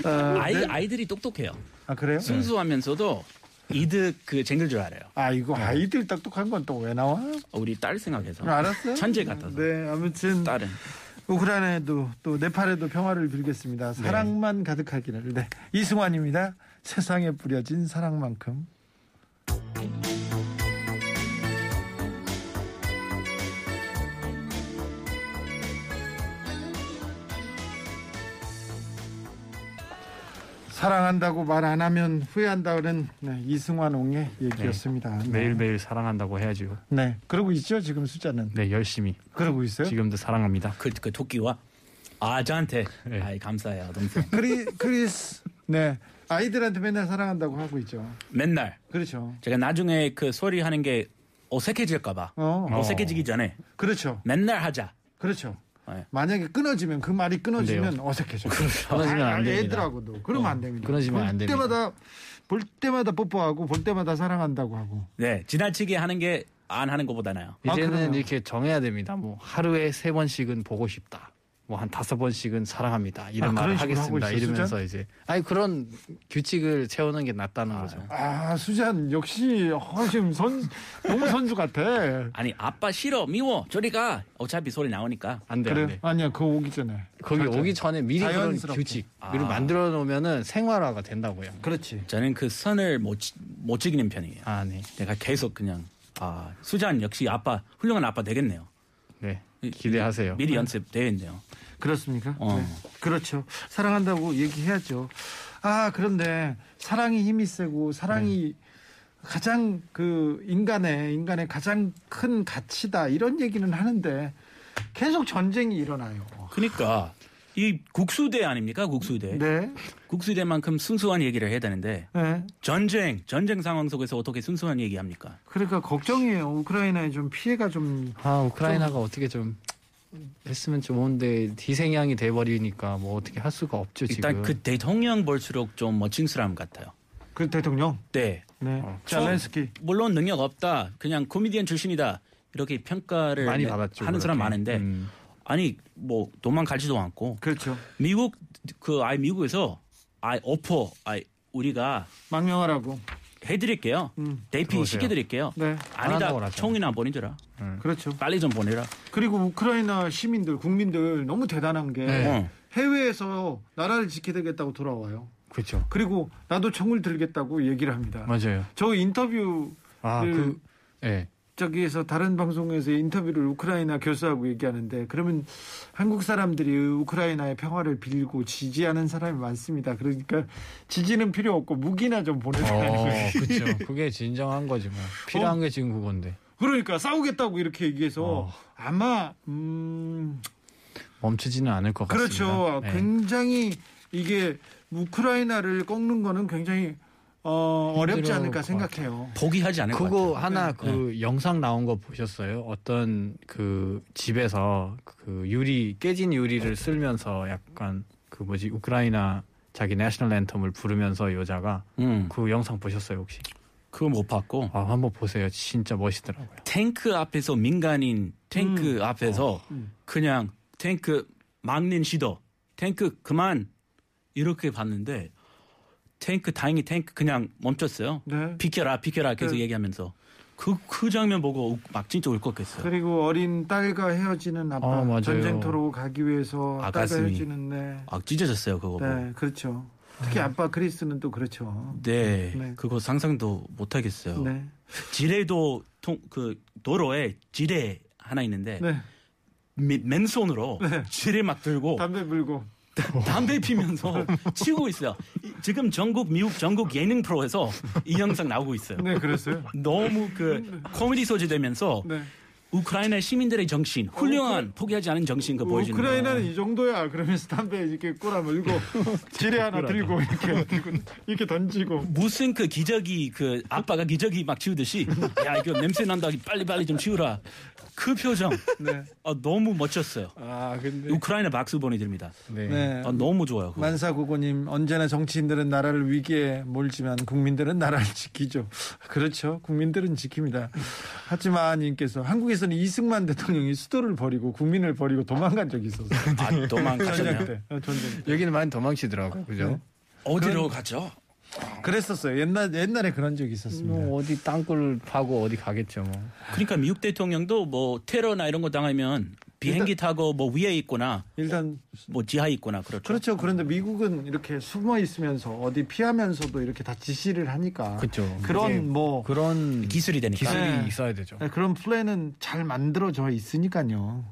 D: 어,
F: 아이
D: 네.
F: 아이들이 똑똑해요.
D: 아 그래요?
G: 네.
F: 순수하면서도 이득 그 쟁길 줄 알아요. 어,
D: 아 이거 아이들 똑똑한 건 또 왜 나와?
F: 우리 딸 생각해서
D: 아, 알았어요.
F: 천재 같아서
D: 네 아무튼
F: 딸은
D: 우크라이나에도 또 네팔에도 평화를 빌겠습니다. 사랑만 가득하기를. 네 이승환입니다. 세상에 뿌려진 사랑만큼. 사랑한다고 말 안 하면 후회한다는 네, 이승환 옹의 얘기였습니다. 네.
G: 매일매일 사랑한다고 해야죠.
D: 네, 그러고 있죠 지금 숫자는.
G: 네, 열심히.
D: 그러고 있어요.
G: 지금도 사랑합니다.
F: 그, 그 토끼와 아 저한테
G: 네.
F: 아이 감사해요 동생
D: 크리, 크리스. 네. 아이들한테 맨날 사랑한다고 하고 있죠.
F: 맨날
D: 그렇죠.
F: 제가 나중에 그 소리 하는 게 어색해질까봐
D: 어.
F: 어색해지기 전에
D: 그렇죠.
F: 맨날 하자
D: 그렇죠.
F: 네.
D: 만약에 끊어지면 그 말이 끊어지면 어색해져.
G: 끊어지면
D: 아,
G: 그렇죠. 안 됩니다.
D: 애들하고도 그러면 안 됩니다.
G: 끊어지면
D: 볼
G: 안 됩니다.
D: 때마다 볼 때마다 뽀뽀하고 볼 때마다 사랑한다고 하고.
F: 네 지나치게 하는 게 안 하는 것보다 나아요
D: 아,
G: 이제는
D: 그래요?
G: 이렇게 정해야 됩니다. 뭐 하루에 세 번씩은 보고 싶다. 뭐 한 다섯 번씩은 사랑합니다. 이런
D: 아, 그런
G: 말을
D: 식으로 하고
G: 하겠습니다.
D: 있어,
G: 이러면서 이제 아니 그런 규칙을 채우는 게 낫다는 거죠.
D: 아 수잔 역시 어, 지금 선 너무 선수 같아.
G: 네,
F: 아니 아빠 싫어 미워 저리 가 어차피 소리 나오니까
G: 안 돼, 안
D: 그래?
G: 돼.
D: 아니야 그거 오기 전에.
G: 거기 오기 전에 미리 그런
D: 자연스럽게.
G: 규칙을
F: 아.
G: 만들어 놓으면은 생활화가 된다고요.
D: 그렇지.
F: 저는 그 선을 못, 지- 못 지키는 편이에요
G: 아, 네.
F: 내가 계속 그냥 아 수잔 역시 아빠 훌륭한 아빠 되겠네요
G: 네. 기대하세요.
F: 미리 연습되어 있네요
D: 그렇습니까?
F: 어.
D: 네. 그렇죠. 사랑한다고 얘기해야죠. 아, 그런데 사랑이 힘이 세고 사랑이 가장 그 인간의 인간의 가장 큰 가치다 이런 얘기는 하는데 계속 전쟁이 일어나요.
F: 그러니까 이 국수대 아닙니까 국수대
D: 네.
F: 국수대만큼 순수한 얘기를 해야 되는데
D: 네.
F: 전쟁 전쟁 상황 속에서 어떻게 순수한 얘기합니까?
D: 그러니까 걱정이에요. 우크라이나에 좀 피해가 좀
G: 아, 우크라이나가 어떻게 좀 했으면 좋은데 희생양이 돼 버리니까 뭐 어떻게 할 수가 없죠, 지금.
F: 일단 그 대통령 볼수록 좀 멋진 사람 같아요.
D: 그 대통령.
F: 네,
D: 네.
G: 어,
D: 잘렌스키.
F: 물론 능력 없다. 그냥 코미디언 출신이다. 이렇게 평가를
G: 많이
F: 내- 네,
G: 받았죠.
F: 하는 사람
G: 그렇게.
F: 많은데
G: 음.
F: 아니 뭐 도망갈지도 않고
D: 그렇죠.
F: 미국 그 아이 미국에서 아이 어퍼 아이 우리가
D: 망명하라고. 음.
F: 해드릴게요. 데이핑
G: 들어오세요.
F: 시켜드릴게요.
D: 네.
G: 안 한다고
F: 아니다.
G: 그러죠.
F: 총이나 보내줘라.
D: 그렇죠.
F: 빨리 좀 보내라.
D: 그리고 우크라이나 시민들, 국민들 너무 대단한 게
G: 네.
F: 어.
D: 해외에서 나라를 지키겠다고 돌아와요.
G: 그렇죠.
D: 그리고 나도 총을 들겠다고 얘기를 합니다.
G: 맞아요.
D: 저 인터뷰
G: 아,
D: 네.
G: 그 예.
D: 저기에서 다른 방송에서 인터뷰를 우크라이나 교수하고 얘기하는데 그러면 한국 사람들이 우크라이나의 평화를 빌고 지지하는 사람이 많습니다. 그러니까 지지는 필요 없고 무기나 좀 보내달라는
G: 어,
D: 거예요.
G: 그렇죠. 그게 진정한 거지 뭐. 필요한 게 지금 그건데.
D: 그러니까 싸우겠다고 이렇게 얘기해서
G: 어.
D: 아마 음
G: 멈추지는 않을 것 같습니다.
D: 그렇죠.
G: 네.
D: 굉장히 이게 우크라이나를 꺾는 거는 굉장히 어, 어렵지
G: 힘들어
D: 않을까
G: 것
D: 생각해요.
F: 포기하지 않을 것
G: 그거
F: 같아요.
G: 하나
F: 네.
G: 그 영상 나온 거 보셨어요? 어떤 그 집에서 그 유리 깨진 유리를 쓸면서 약간 그 뭐지 우크라이나 자기 내셔널 랜텀을 부르면서 여자가
F: 음,
G: 그 영상 보셨어요 혹시?
F: 그거 못 봤고
G: 아 한번 보세요. 진짜 멋있더라고요.
F: 탱크 앞에서 민간인
G: 음.
F: 탱크 앞에서
G: 어.
F: 그냥 탱크 막는 시도 탱크 그만 이렇게 봤는데 탱크 다행히 탱크 그냥 멈췄어요.
D: 네.
F: 비켜라 비켜라 계속
D: 네.
F: 얘기하면서 그 그 장면 보고 우- 막 진짜 울컥했어요.
D: 그리고 어린 딸과 헤어지는 아빠
G: 아, 맞아요.
D: 전쟁터로 가기 위해서
F: 아,
D: 딸과
F: 가슴이.
D: 헤어지는 네.
F: 아 찢어졌어요 그거 보고.
D: 네, 그렇죠. 특히 아빠 크리스는 또 그렇죠.
F: 네,
D: 네.
F: 그거 상상도 못 하겠어요.
D: 네.
F: 지뢰도 통 그 도로에 지뢰 하나 있는데
D: 네.
F: 미- 맨손으로 지뢰 막 들고
D: 담배 불고.
F: 담배 피면서 [laughs] 치고 있어요. 이- 지금 전국 미국 전국 예능 프로에서 이 영상 나오고 있어요.
D: 네, 그랬어요.
F: 너무 그 코미디 소재 되면서
D: 네.
F: 우크라이나 시민들의 정신, 훌륭한 포기하지 않은 정신 그 보여주는
D: 우크라이나는 이 정도야. 그러면서 담배 이렇게 꼬라물고 지뢰 하나 들고 이렇게 들고 이렇게 던지고.
F: 무슨 그 기저귀 그 아빠가 기저귀 막 치우듯이 야 이거 냄새 난다 빨리 빨리 좀 치우라 그 표정
D: 네.
F: 아, 너무 멋졌어요.
D: 아, 근데
F: 우크라이나 박수 보내드립니다.
G: 네.
D: 네.
F: 아, 너무 좋아요. 그거.
D: 만사구고님 언제나 정치인들은 나라를 위기에 몰지만 국민들은 나라를 지키죠. [laughs] 그렇죠. 국민들은 지킵니다. 하지만 님께서 한국에서는 이승만 대통령이 수도를 버리고 국민을 버리고 도망간 적이 있어서
F: 아,
D: 전쟁
F: 도망가셨네요.
D: 때 어, 전쟁 때
G: 여기는 많이 도망치더라고 그죠?
F: 어디로 가죠?
D: 그랬었어요. 옛날 옛날에 그런 적이 있었습니다.
G: 뭐 어디 땅굴 파고 어디 가겠죠 뭐.
F: 그러니까 미국 대통령도 뭐 테러나 이런 거 당하면 비행기 타고 뭐 위에 있거나
D: 일단
F: 뭐 지하에 있거나 그렇죠.
D: 그렇죠. 그런데 미국은 이렇게 숨어 있으면서 어디 피하면서도 이렇게 다 지시를 하니까
G: 그죠. 그게
D: 런뭐
G: 그런
F: 기술이 되니까.
G: 기술이
D: 네.
G: 있어야 되죠.
D: 네, 그런 플랜은 잘 만들어져 있으니까요.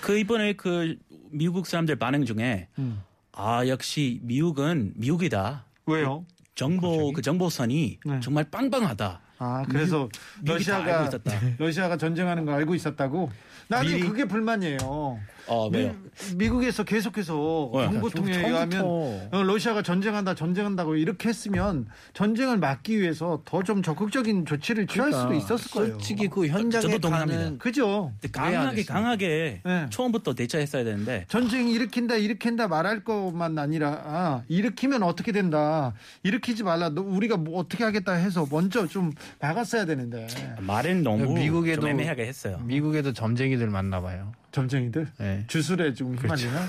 F: 그 이번에 그 미국 사람들 반응 중에
D: 음.
F: 아 역시 미국은 미국이다.
D: 왜요?
F: 정보 그 정보선이
D: 네.
F: 정말 빵빵하다.
D: 아 그래서
F: 미국이 다
D: 러시아가
F: 알고 있었다.
D: [laughs] 러시아가 전쟁하는 거 알고 있었다고? 나는 그게 불만이에요.
F: 어
G: 음,
F: 왜요?
G: 그
D: 미, 국에서 계속해서
F: 네.
D: 정보통에
G: 좀
D: 의하면
G: 처음부터.
D: 어, 러시아가 전쟁한다 전쟁한다고 이렇게 했으면 전쟁을 막기 위해서 더 좀 적극적인 조치를 취할 수도 있었을 거예요.
G: 솔직히 그 현장에
F: 그러니까 어, 저도 동의합니다.
G: 가는
D: 그죠?
F: 근데
G: 왜안
F: 강하게
G: 했습니까?
F: 강하게
D: 네.
F: 처음부터 대처했어야 되는데
D: 전쟁 일으킨다 일으킨다 말할 것만 아니라 아, 일으키면 어떻게 된다 일으키지 말라 너, 우리가 뭐 어떻게 하겠다 해서 먼저 좀 막았어야 되는데
F: 말은 너무
G: 미국에도-
F: 좀 애매하게 했어요.
G: 미국에도 점쟁이들 만나 봐요.
D: 점쟁이들
G: 네.
D: 주술에 좀
F: 그렇죠.
D: 휘말리나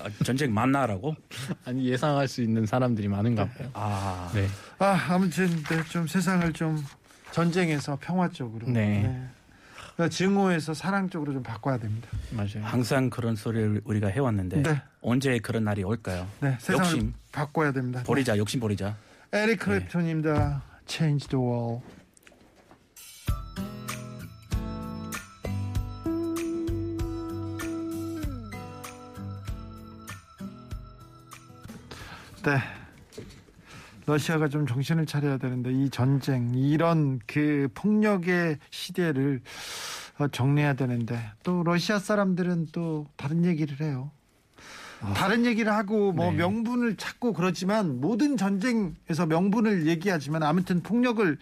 F: 아, 전쟁 만나라고.
G: [laughs] 아니 예상할 수 있는 사람들이 많은가 봐요.
F: 아
G: 네.
D: 아 아무튼 네, 좀 세상을 좀 전쟁에서 평화 쪽으로
G: 네.
D: 그러니까 증오에서 사랑 쪽으로 좀 바꿔야 됩니다.
G: 맞아요.
F: 항상 그런 소리를 우리가 해왔는데
D: 네.
F: 언제 그런 날이 올까요?
D: 네, 세상을
F: 욕심
D: 바꿔야 됩니다.
G: 네.
F: 버리자, 욕심 버리자.
D: 에릭 크랩톤입니다. Change the world. 네. 러시아가 좀 정신을 차려야 되는데 이 전쟁 이런 그 폭력의 시대를 어, 정리해야 되는데 또 러시아 사람들은 또 다른 얘기를 해요. 다른 얘기를 하고 뭐
G: 네.
D: 명분을 찾고 그러지만 모든 전쟁에서 명분을 얘기하지만 아무튼 폭력을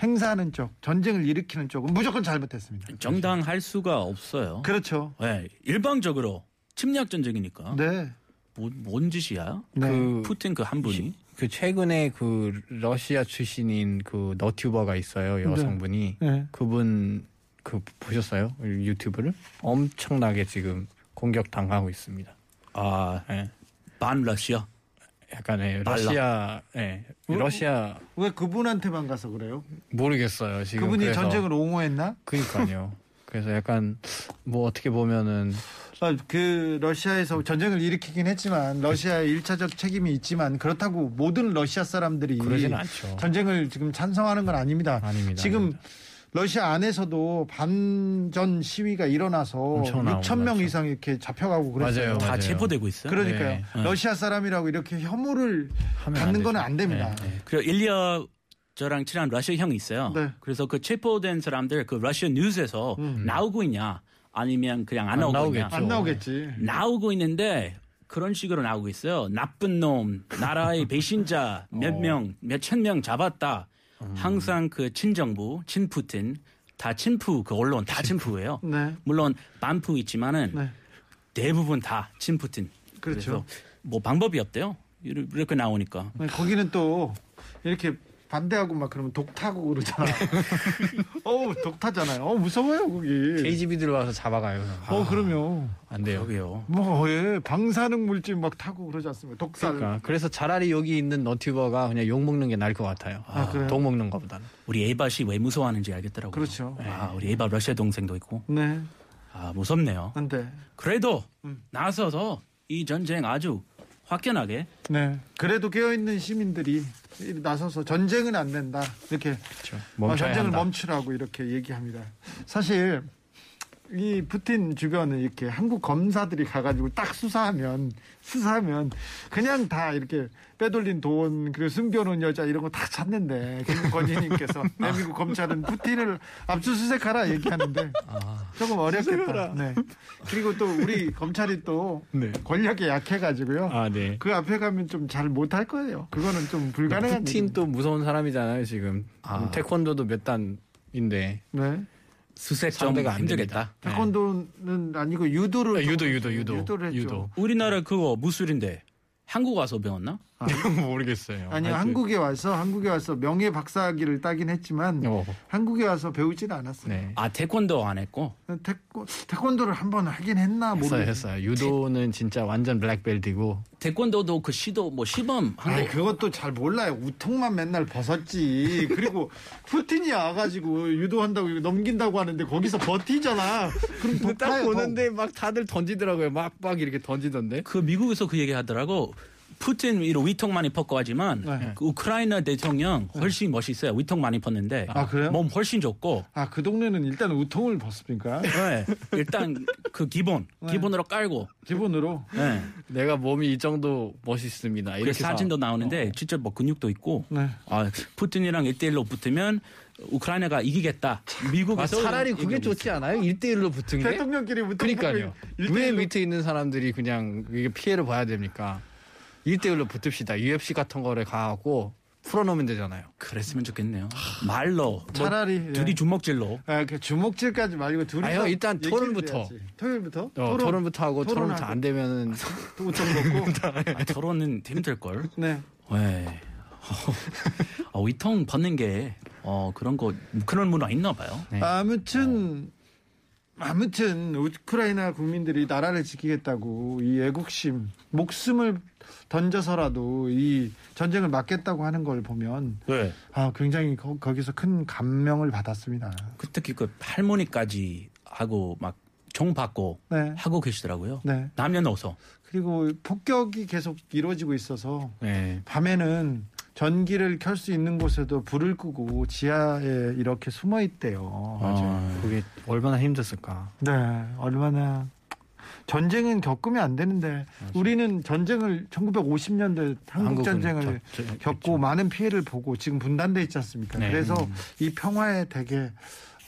D: 행사하는 쪽, 전쟁을 일으키는 쪽은 무조건 잘못했습니다.
F: 정당할 수가 없어요.
D: 그렇죠.
F: 네, 일방적으로 침략 전쟁이니까
D: 네.
F: 뭐, 뭔 짓이야?
D: 네.
G: 그
F: 푸틴 그 한 분이
G: 그 최근에 그 러시아 출신인 그 너튜버가 있어요 여성분이
D: 네.
G: 그분 그 보셨어요 유튜브를 엄청나게 지금 공격 당하고 있습니다.
F: 아,
G: 예.
F: 반러시아.
G: 약간의
F: 달라.
G: 러시아, 예, 러시아
D: 왜 그분한테만 가서 그래요?
G: 모르겠어요 지금.
D: 그분이
G: 그래서.
D: 전쟁을 옹호했나?
G: [laughs] 그니까요. 그래서 약간 뭐 어떻게 보면은
D: 아, 그 러시아에서 전쟁을 일으키긴 했지만 러시아의 일차적 책임이 있지만 그렇다고 모든 러시아 사람들이
G: 그러진 않죠.
D: 전쟁을 지금 찬성하는 건 아닙니다.
G: 아닙니다.
D: 지금
G: 아닙니다.
D: 러시아 안에서도 반전 시위가 일어나서
G: 엄청 나오고
D: 6천 명
G: 나죠.
D: 이상 이렇게 잡혀가고 그랬어요.
G: 맞아요. 그렇죠.
F: 다 체포되고 있어요.
D: 그러니까요.
F: 네.
D: 러시아 사람이라고 이렇게 혐오를
G: 하면
D: 갖는
G: 안
D: 건
G: 되죠. 네,
D: 안 됩니다.
F: 그리고 일리아 저랑 친한 러시아 형이 있어요.
D: 네. 음,
F: 그래서 그 체포된 사람들 그 러시아 뉴스에서 나오고 있냐 아니면 그냥 안,
G: 안
F: 나오고 있냐.
G: 나오겠죠.
D: 안 나오겠지.
F: 나오고 있는데 그런 식으로 나오고 있어요. 나쁜 놈,
D: [laughs]
F: 나라의 배신자
D: 어.
F: 몇 명, 몇 천 명 잡았다.
D: 음.
F: 항상 그 친정부, 친푸틴, 다 친푸, 그 언론 다 친푸예요.
D: 네.
F: 물론 반푸 있지만은
D: 네.
F: 대부분 다 친푸틴.
D: 그렇죠.
F: 그래서 뭐 방법이 없대요. 이렇- 이렇게 나오니까.
D: 네, 거기는 또 이렇게 반대하고 막 그러면 독타고
G: [laughs]
D: 그러잖아. 어우 독타잖아요. 어 무서워요 거기.
G: KGB 들와서 잡아가요.
D: 어 그럼요.
G: 안 돼요.
F: 그러게요.
D: 뭐예 방사능 물질 막 타고 그러지 않습니까? 독살.
G: 그러니까 그래서 차라리 여기 있는 너튜버가 그냥 욕 먹는 게 나을 것 같아요.
D: 아, 그래요?
G: 독 먹는 것보다는.
F: 우리 에바 씨 왜 무서워하는지 알겠더라고요.
D: 그렇죠.
F: 아, 우리 에바 러시아 동생도 있고.
D: 네.
F: 아, 무섭네요.
D: 근데
F: 그래도
D: 음.
F: 나서서 이 전쟁 아주 확연하게
D: 네. 그래도 깨어 있는 시민들이 나서서 전쟁은 안 된다 이렇게 어,
G: 그렇죠. 멈춰야
D: 전쟁을
G: 한다.
D: 멈추라고 이렇게 얘기합니다. 사실 이 푸틴 주변에 이렇게 한국 검사들이 가가지고 딱 수사하면 수사하면 그냥 다 이렇게 빼돌린 돈 그리고 숨겨놓은 여자 이런 거 다 찾는데 김
G: [laughs]
D: 권희님께서 대한민국 검찰은 푸틴을 압수수색하라 얘기하는데
G: 아.
D: 조금 어렵겠다. 네. 그리고 또 우리 검찰이 또
G: 네.
D: 권력이 약해가지고요.
G: 아 네.
D: 그 앞에 가면 좀 잘 못할 거예요. 그거는 좀 불가능한
G: 푸틴
D: 일입니다.
G: 또 무서운 사람이잖아요 지금. 음,
F: 아.
G: 태권도도 몇 단인데.
D: 네.
F: 수색 좀
G: 상대가 안
F: 힘들겠다.
D: 태권도는 아니고 유도를
G: 아, 유도
D: 조금-
G: 유도 유도 [laughs]
D: 유도를 했죠.
F: 우리나라 그거 무술인데 한국 와서 배웠나?
G: 모르겠어요.
D: 아니
G: 하여튼.
D: 한국에 와서 한국에 와서 명예 박사학위를 따긴 했지만
G: 어.
D: 한국에 와서 배우진 않았어요.
G: 네.
F: 아 태권도 안 했고
D: 태권 태권도를 한번 하긴 했나
G: 했어요
D: 모르겠어요.
G: 했어요. 유도는 진짜 완전 블랙벨트고.
F: 태권도도 그 시도 뭐 시범
D: 아이,
F: 한거
D: 그것도 잘 몰라요. 우통만 맨날 벗었지. 그리고 푸틴이 와가지고 유도한다고 이거 넘긴다고 하는데 거기서 버티잖아. 그럼
G: 딱
D: 뭐 독타야,
G: 보는데 막 다들 던지더라고요. 막 막 이렇게 던지던데.
F: 그 미국에서 그 얘기 하더라고. 푸틴 위로 위통 많이 뻗고 하지만
D: 네.
F: 그 우크라이나 대통령 훨씬 멋있어요. 위통 많이 뻗는데
D: 아, 그래요?
F: 몸 훨씬 좋고
D: 아, 그 동네는 일단 우통을 벗습니까?
F: 네. 일단 그 기본
D: 네.
F: 기본으로 깔고
D: 기본으로.
F: 네.
G: 내가 몸이 이 정도 멋있습니다.
F: 그
G: 이렇게
F: 사진도
G: 사-
F: 나오는데 진짜 뭐 근육도 있고
D: 네.
F: 아, 푸틴이랑 1대1로 붙으면 우크라이나가 이기겠다.
G: 아,
F: 미국에서
G: 차라리 그게
F: 얘기하고
G: 좋지 않아요? 1대1로 붙은 게?
D: 대통령끼리 우통
G: 그러니까요.
D: 벗고
G: 왜
D: 일대일로
G: 밑에 있는 사람들이 그냥 이게 피해를 봐야 됩니까? 1대1로 붙읍시다. UFC 같은 거를 가고 풀어놓으면 되잖아요.
F: 그랬으면 좋겠네요. 말로
D: 차라리, 예.
F: 뭐 둘이 주먹질로
D: 아, 그 주먹질까지 말고 둘이
G: 아니요, 일단 토론부터.
D: 토요일부터
G: 어, 토론, 부터 하고 토론
D: 토론하고. [laughs]
G: 잘안 되면은
D: 우통
G: [laughs]
D: 벗고
F: 아, 결혼은 힘들 걸.
D: 네
F: 왜? 어, 위통 받는 게 어, 그런 거 그런 문화 있나 봐요.
G: 네. 어.
D: 아무튼 아무튼 우크라이나 국민들이 나라를 지키겠다고 이 애국심 목숨을 던져서라도 이 전쟁을 막겠다고 하는 걸 보면
F: 왜?
D: 아 굉장히 거, 거기서 큰 감명을 받았습니다.
F: 그 특히 그 할머니까지 하고 막 종 받고
D: 네.
F: 하고 계시더라고요.
D: 네.
F: 남녀노소.
D: 그리고 폭격이 계속 이루어지고 있어서
G: 네.
D: 밤에는 전기를 켤 수 있는 곳에도 불을 끄고 지하에 이렇게 숨어 있대요.
F: 맞아요.
G: 그게 얼마나 힘들었을까.
D: 네, 얼마나 전쟁은 겪으면 안 되는데 우리는 전쟁을 1950년대 한국
G: 한국은
D: 전쟁을
G: 겪- 겪-
D: 겪고 많은 피해를 보고 지금 분단돼 있지 않습니까?
G: 네.
D: 그래서 이 평화에 되게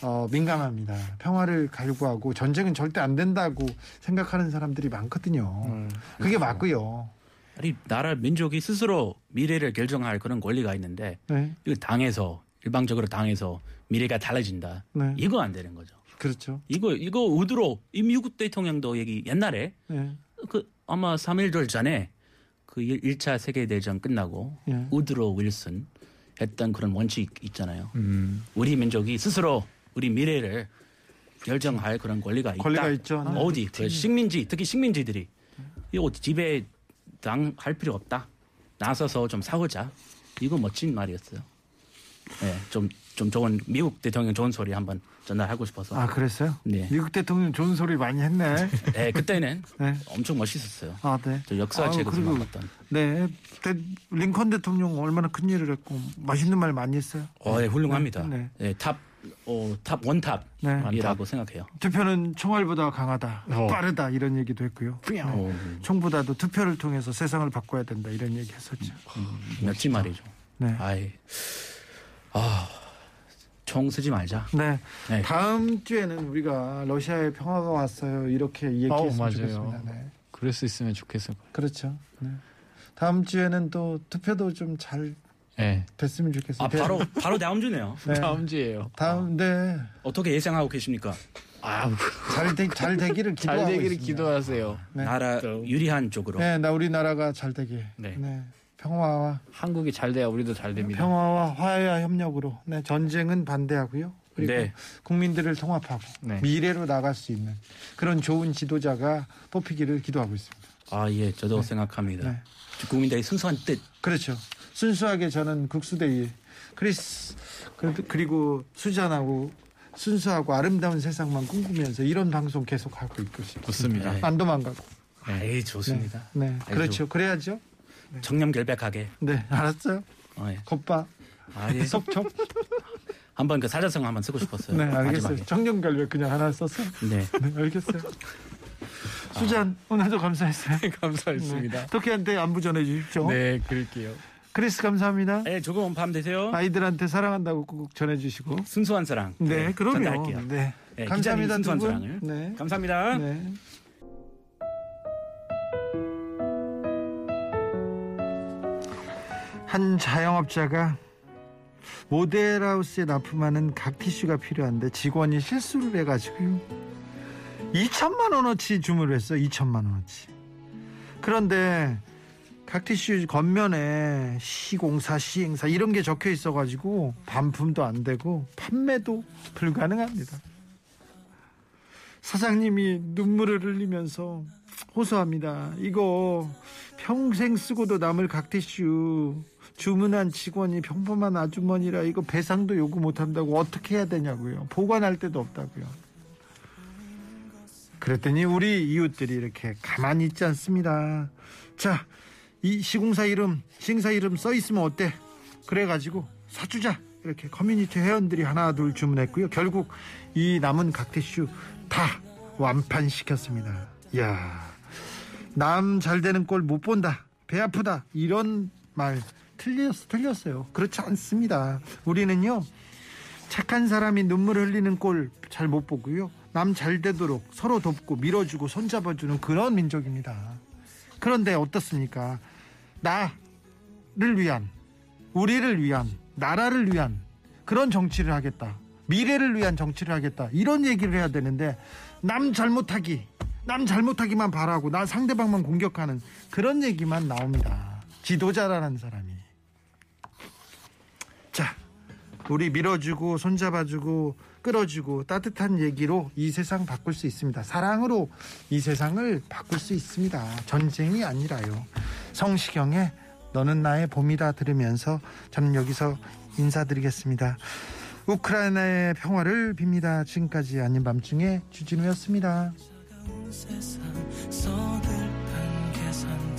D: 어, 민감합니다. 평화를 갈구하고 전쟁은 절대 안 된다고 생각하는 사람들이 많거든요.
G: 음,
D: 그게 맞고요.
F: 아니 나라 민족이 스스로 미래를 결정할 그런 권리가 있는데
D: 네,
F: 이거 당에서 일방적으로 당에서 미래가 달라진다.
D: 네.
F: 이거 안 되는 거죠.
D: 그렇죠.
F: 이거 이거 의도로 이 미국 대통령도 얘기 옛날에
D: 네,
F: 그 아마 3일절 전에 그 1차 세계대전 끝나고
D: 예.
F: 우드로 윌슨 했던 그런 원칙 있잖아요.
G: 음.
F: 우리 민족이 스스로 우리 미래를 결정할 그런 권리가 있다.
D: 권리가 있죠. 네.
F: 어디 그 식민지 특히 식민지들이 이거 집에 당할 필요 없다. 나서서 좀 싸우자. 이거 멋진 말이었어요. 예, 좀좀 좋은 미국 대통령 좋은 소리 한번 전달하고 싶어서.
D: 아 그랬어요?
F: 네.
D: 미국 대통령 좋은 소리 많이 했네.
F: 예, 그때는
D: 네.
F: 엄청 멋있었어요.
D: 아 네.
F: 저 역사책에서
D: 아유, 그리고
F: 봤던.
D: 네. 대, 링컨 대통령 얼마나 큰 일을 했고 맛있는 말 많이 했어요.
F: 어, 예, 훌륭합니다.
D: 네.
F: 예, 탑, 어, 탑 원탑이라고 생각해요.
D: 투표는 총알보다 강하다,
G: 어.
D: 빠르다 이런 얘기도 했고요. 네.
F: 어,
D: 총보다도 투표를 통해서 세상을 바꿔야 된다 이런 얘기 했었죠.
F: 멋진 말이죠.
D: 네.
F: 아이, 아, 총 쓰지 말자.
D: 네.
F: 네.
D: 다음 주에는 우리가 러시아의 평화가 왔어요 이렇게
G: 어우,
D: 얘기했으면
G: 맞아요.
D: 좋겠습니다. 네.
G: 그럴 수 있으면 좋겠어요.
D: 그렇죠. 네. 다음 주에는 또 투표도 좀 잘
G: 네.
D: 됐으면 좋겠어요.
F: 아, 바로, 바로 다음 주네요.
D: 네.
G: 다음 주에요.
D: 다음 네잘잘
F: 어떻게 예상하고 계십니까?
G: 아,
D: 잘 되기를 기도하고
G: 잘 되기를
D: 있습니다.
G: 기도하세요.
D: 네.
F: 나라 유리한 쪽으로.
D: 네, 나 우리나라가 잘 되게. 네.
G: 네.
D: 평화와
G: 한국이 잘 돼야 우리도 잘 됩니다.
D: 평화와 화해와 협력으로. 네, 전쟁은 반대하고요. 그리고
F: 네.
D: 국민들을 통합하고
G: 네.
D: 미래로 나갈 수 있는 그런 좋은 지도자가 뽑히기를 기도하고 있습니다.
F: 아, 예, 저도 생각합니다.
D: 네.
F: 국민들의 순수한 뜻.
D: 그렇죠. 순수하게 저는 국수대위 크리스 그- 그리고 수잔하고 순수하고 아름다운 세상만 꿈꾸면서 이런 방송 계속 하고 있고 싶습니다.
G: 좋습니다.
F: 네.
D: 안 도망가고.
F: 아이,
D: 네.
F: 좋습니다.
D: 네. 그렇죠. 그래야죠.
F: 정렴결백하게.
D: 네. 알았어요.
F: 어, 예.
D: 겉바
F: 아, 예.
D: 속촉.
F: 한번 그 사자성 한번 쓰고 싶었어요.
D: 네, 알겠어요.
F: 마지막에.
D: 청년갈비 그냥 하나 썼어.
F: 네.
D: 네,
F: [laughs]
D: 알겠어요. 수잔
F: 아.
D: 오늘도 감사했어요.
F: 그러니까.
G: 감사했습니다.
D: 토끼한테 안부 전해 주십시오.
G: 네, 그럴게요.
D: 크리스 감사합니다.
F: 예, 조금 밤 되세요.
D: 아이들한테 사랑한다고 꼭 전해 주시고.
F: 순수한 사랑.
D: 네, 그럼요.
F: 전달할게요.
D: 네.
F: 네,
D: 감사합니다,
F: 기자님 순수한
D: 두 분.
F: 사랑을.
D: 네.
F: 감사합니다.
D: 네. 한 자영업자가 모델하우스에 납품하는 각 티슈가 필요한데 직원이 실수를 해가지고요. 2천만 원어치 주문을 했어요. 2천만 원어치. 그런데 각 티슈 겉면에 시공사, 시행사 이런 게 적혀 있어가지고 반품도 안 되고 판매도 불가능합니다. 사장님이 눈물을 흘리면서 호소합니다. 이거 평생 쓰고도 남을 각티슈 주문한 직원이 평범한 아주머니라 이거 배상도 요구 못한다고 어떻게 해야 되냐고요. 보관할 데도 없다고요. 그랬더니 우리 이웃들이 이렇게 가만히 있지 않습니다. 자, 이 시공사 이름, 시행사 이름 써 있으면 어때? 그래가지고 사주자 이렇게 커뮤니티 회원들이 하나 둘 주문했고요. 결국 이 남은 각티슈 다 완판시켰습니다. 이야, 남 잘 되는 꼴 못 본다. 배 아프다. 이런 말 틀렸, 틀렸어요. 그렇지 않습니다. 우리는요, 착한 사람이 눈물 흘리는 꼴 잘 못 보고요. 남 잘 되도록 서로 돕고 밀어주고 손잡아주는 그런 민족입니다. 그런데 어떻습니까? 나를 위한, 우리를 위한, 나라를 위한 그런 정치를 하겠다. 미래를 위한 정치를 하겠다. 이런 얘기를 해야 되는데 남 잘못하기, 남 잘못하기만 바라고 나 상대방만 공격하는 그런 얘기만 나옵니다. 지도자라는 사람이. 자, 우리 밀어주고 손잡아주고 끌어주고 따뜻한 얘기로 이 세상 바꿀 수 있습니다. 사랑으로 이 세상을 바꿀 수 있습니다. 전쟁이 아니라요. 성시경의 너는 나의 봄이다 들으면서 저는 여기서 인사드리겠습니다. 우크라이나의 평화를 빕니다. 지금까지 아닌 밤중에 주진우였습니다.
B: 세상 서글픈 계산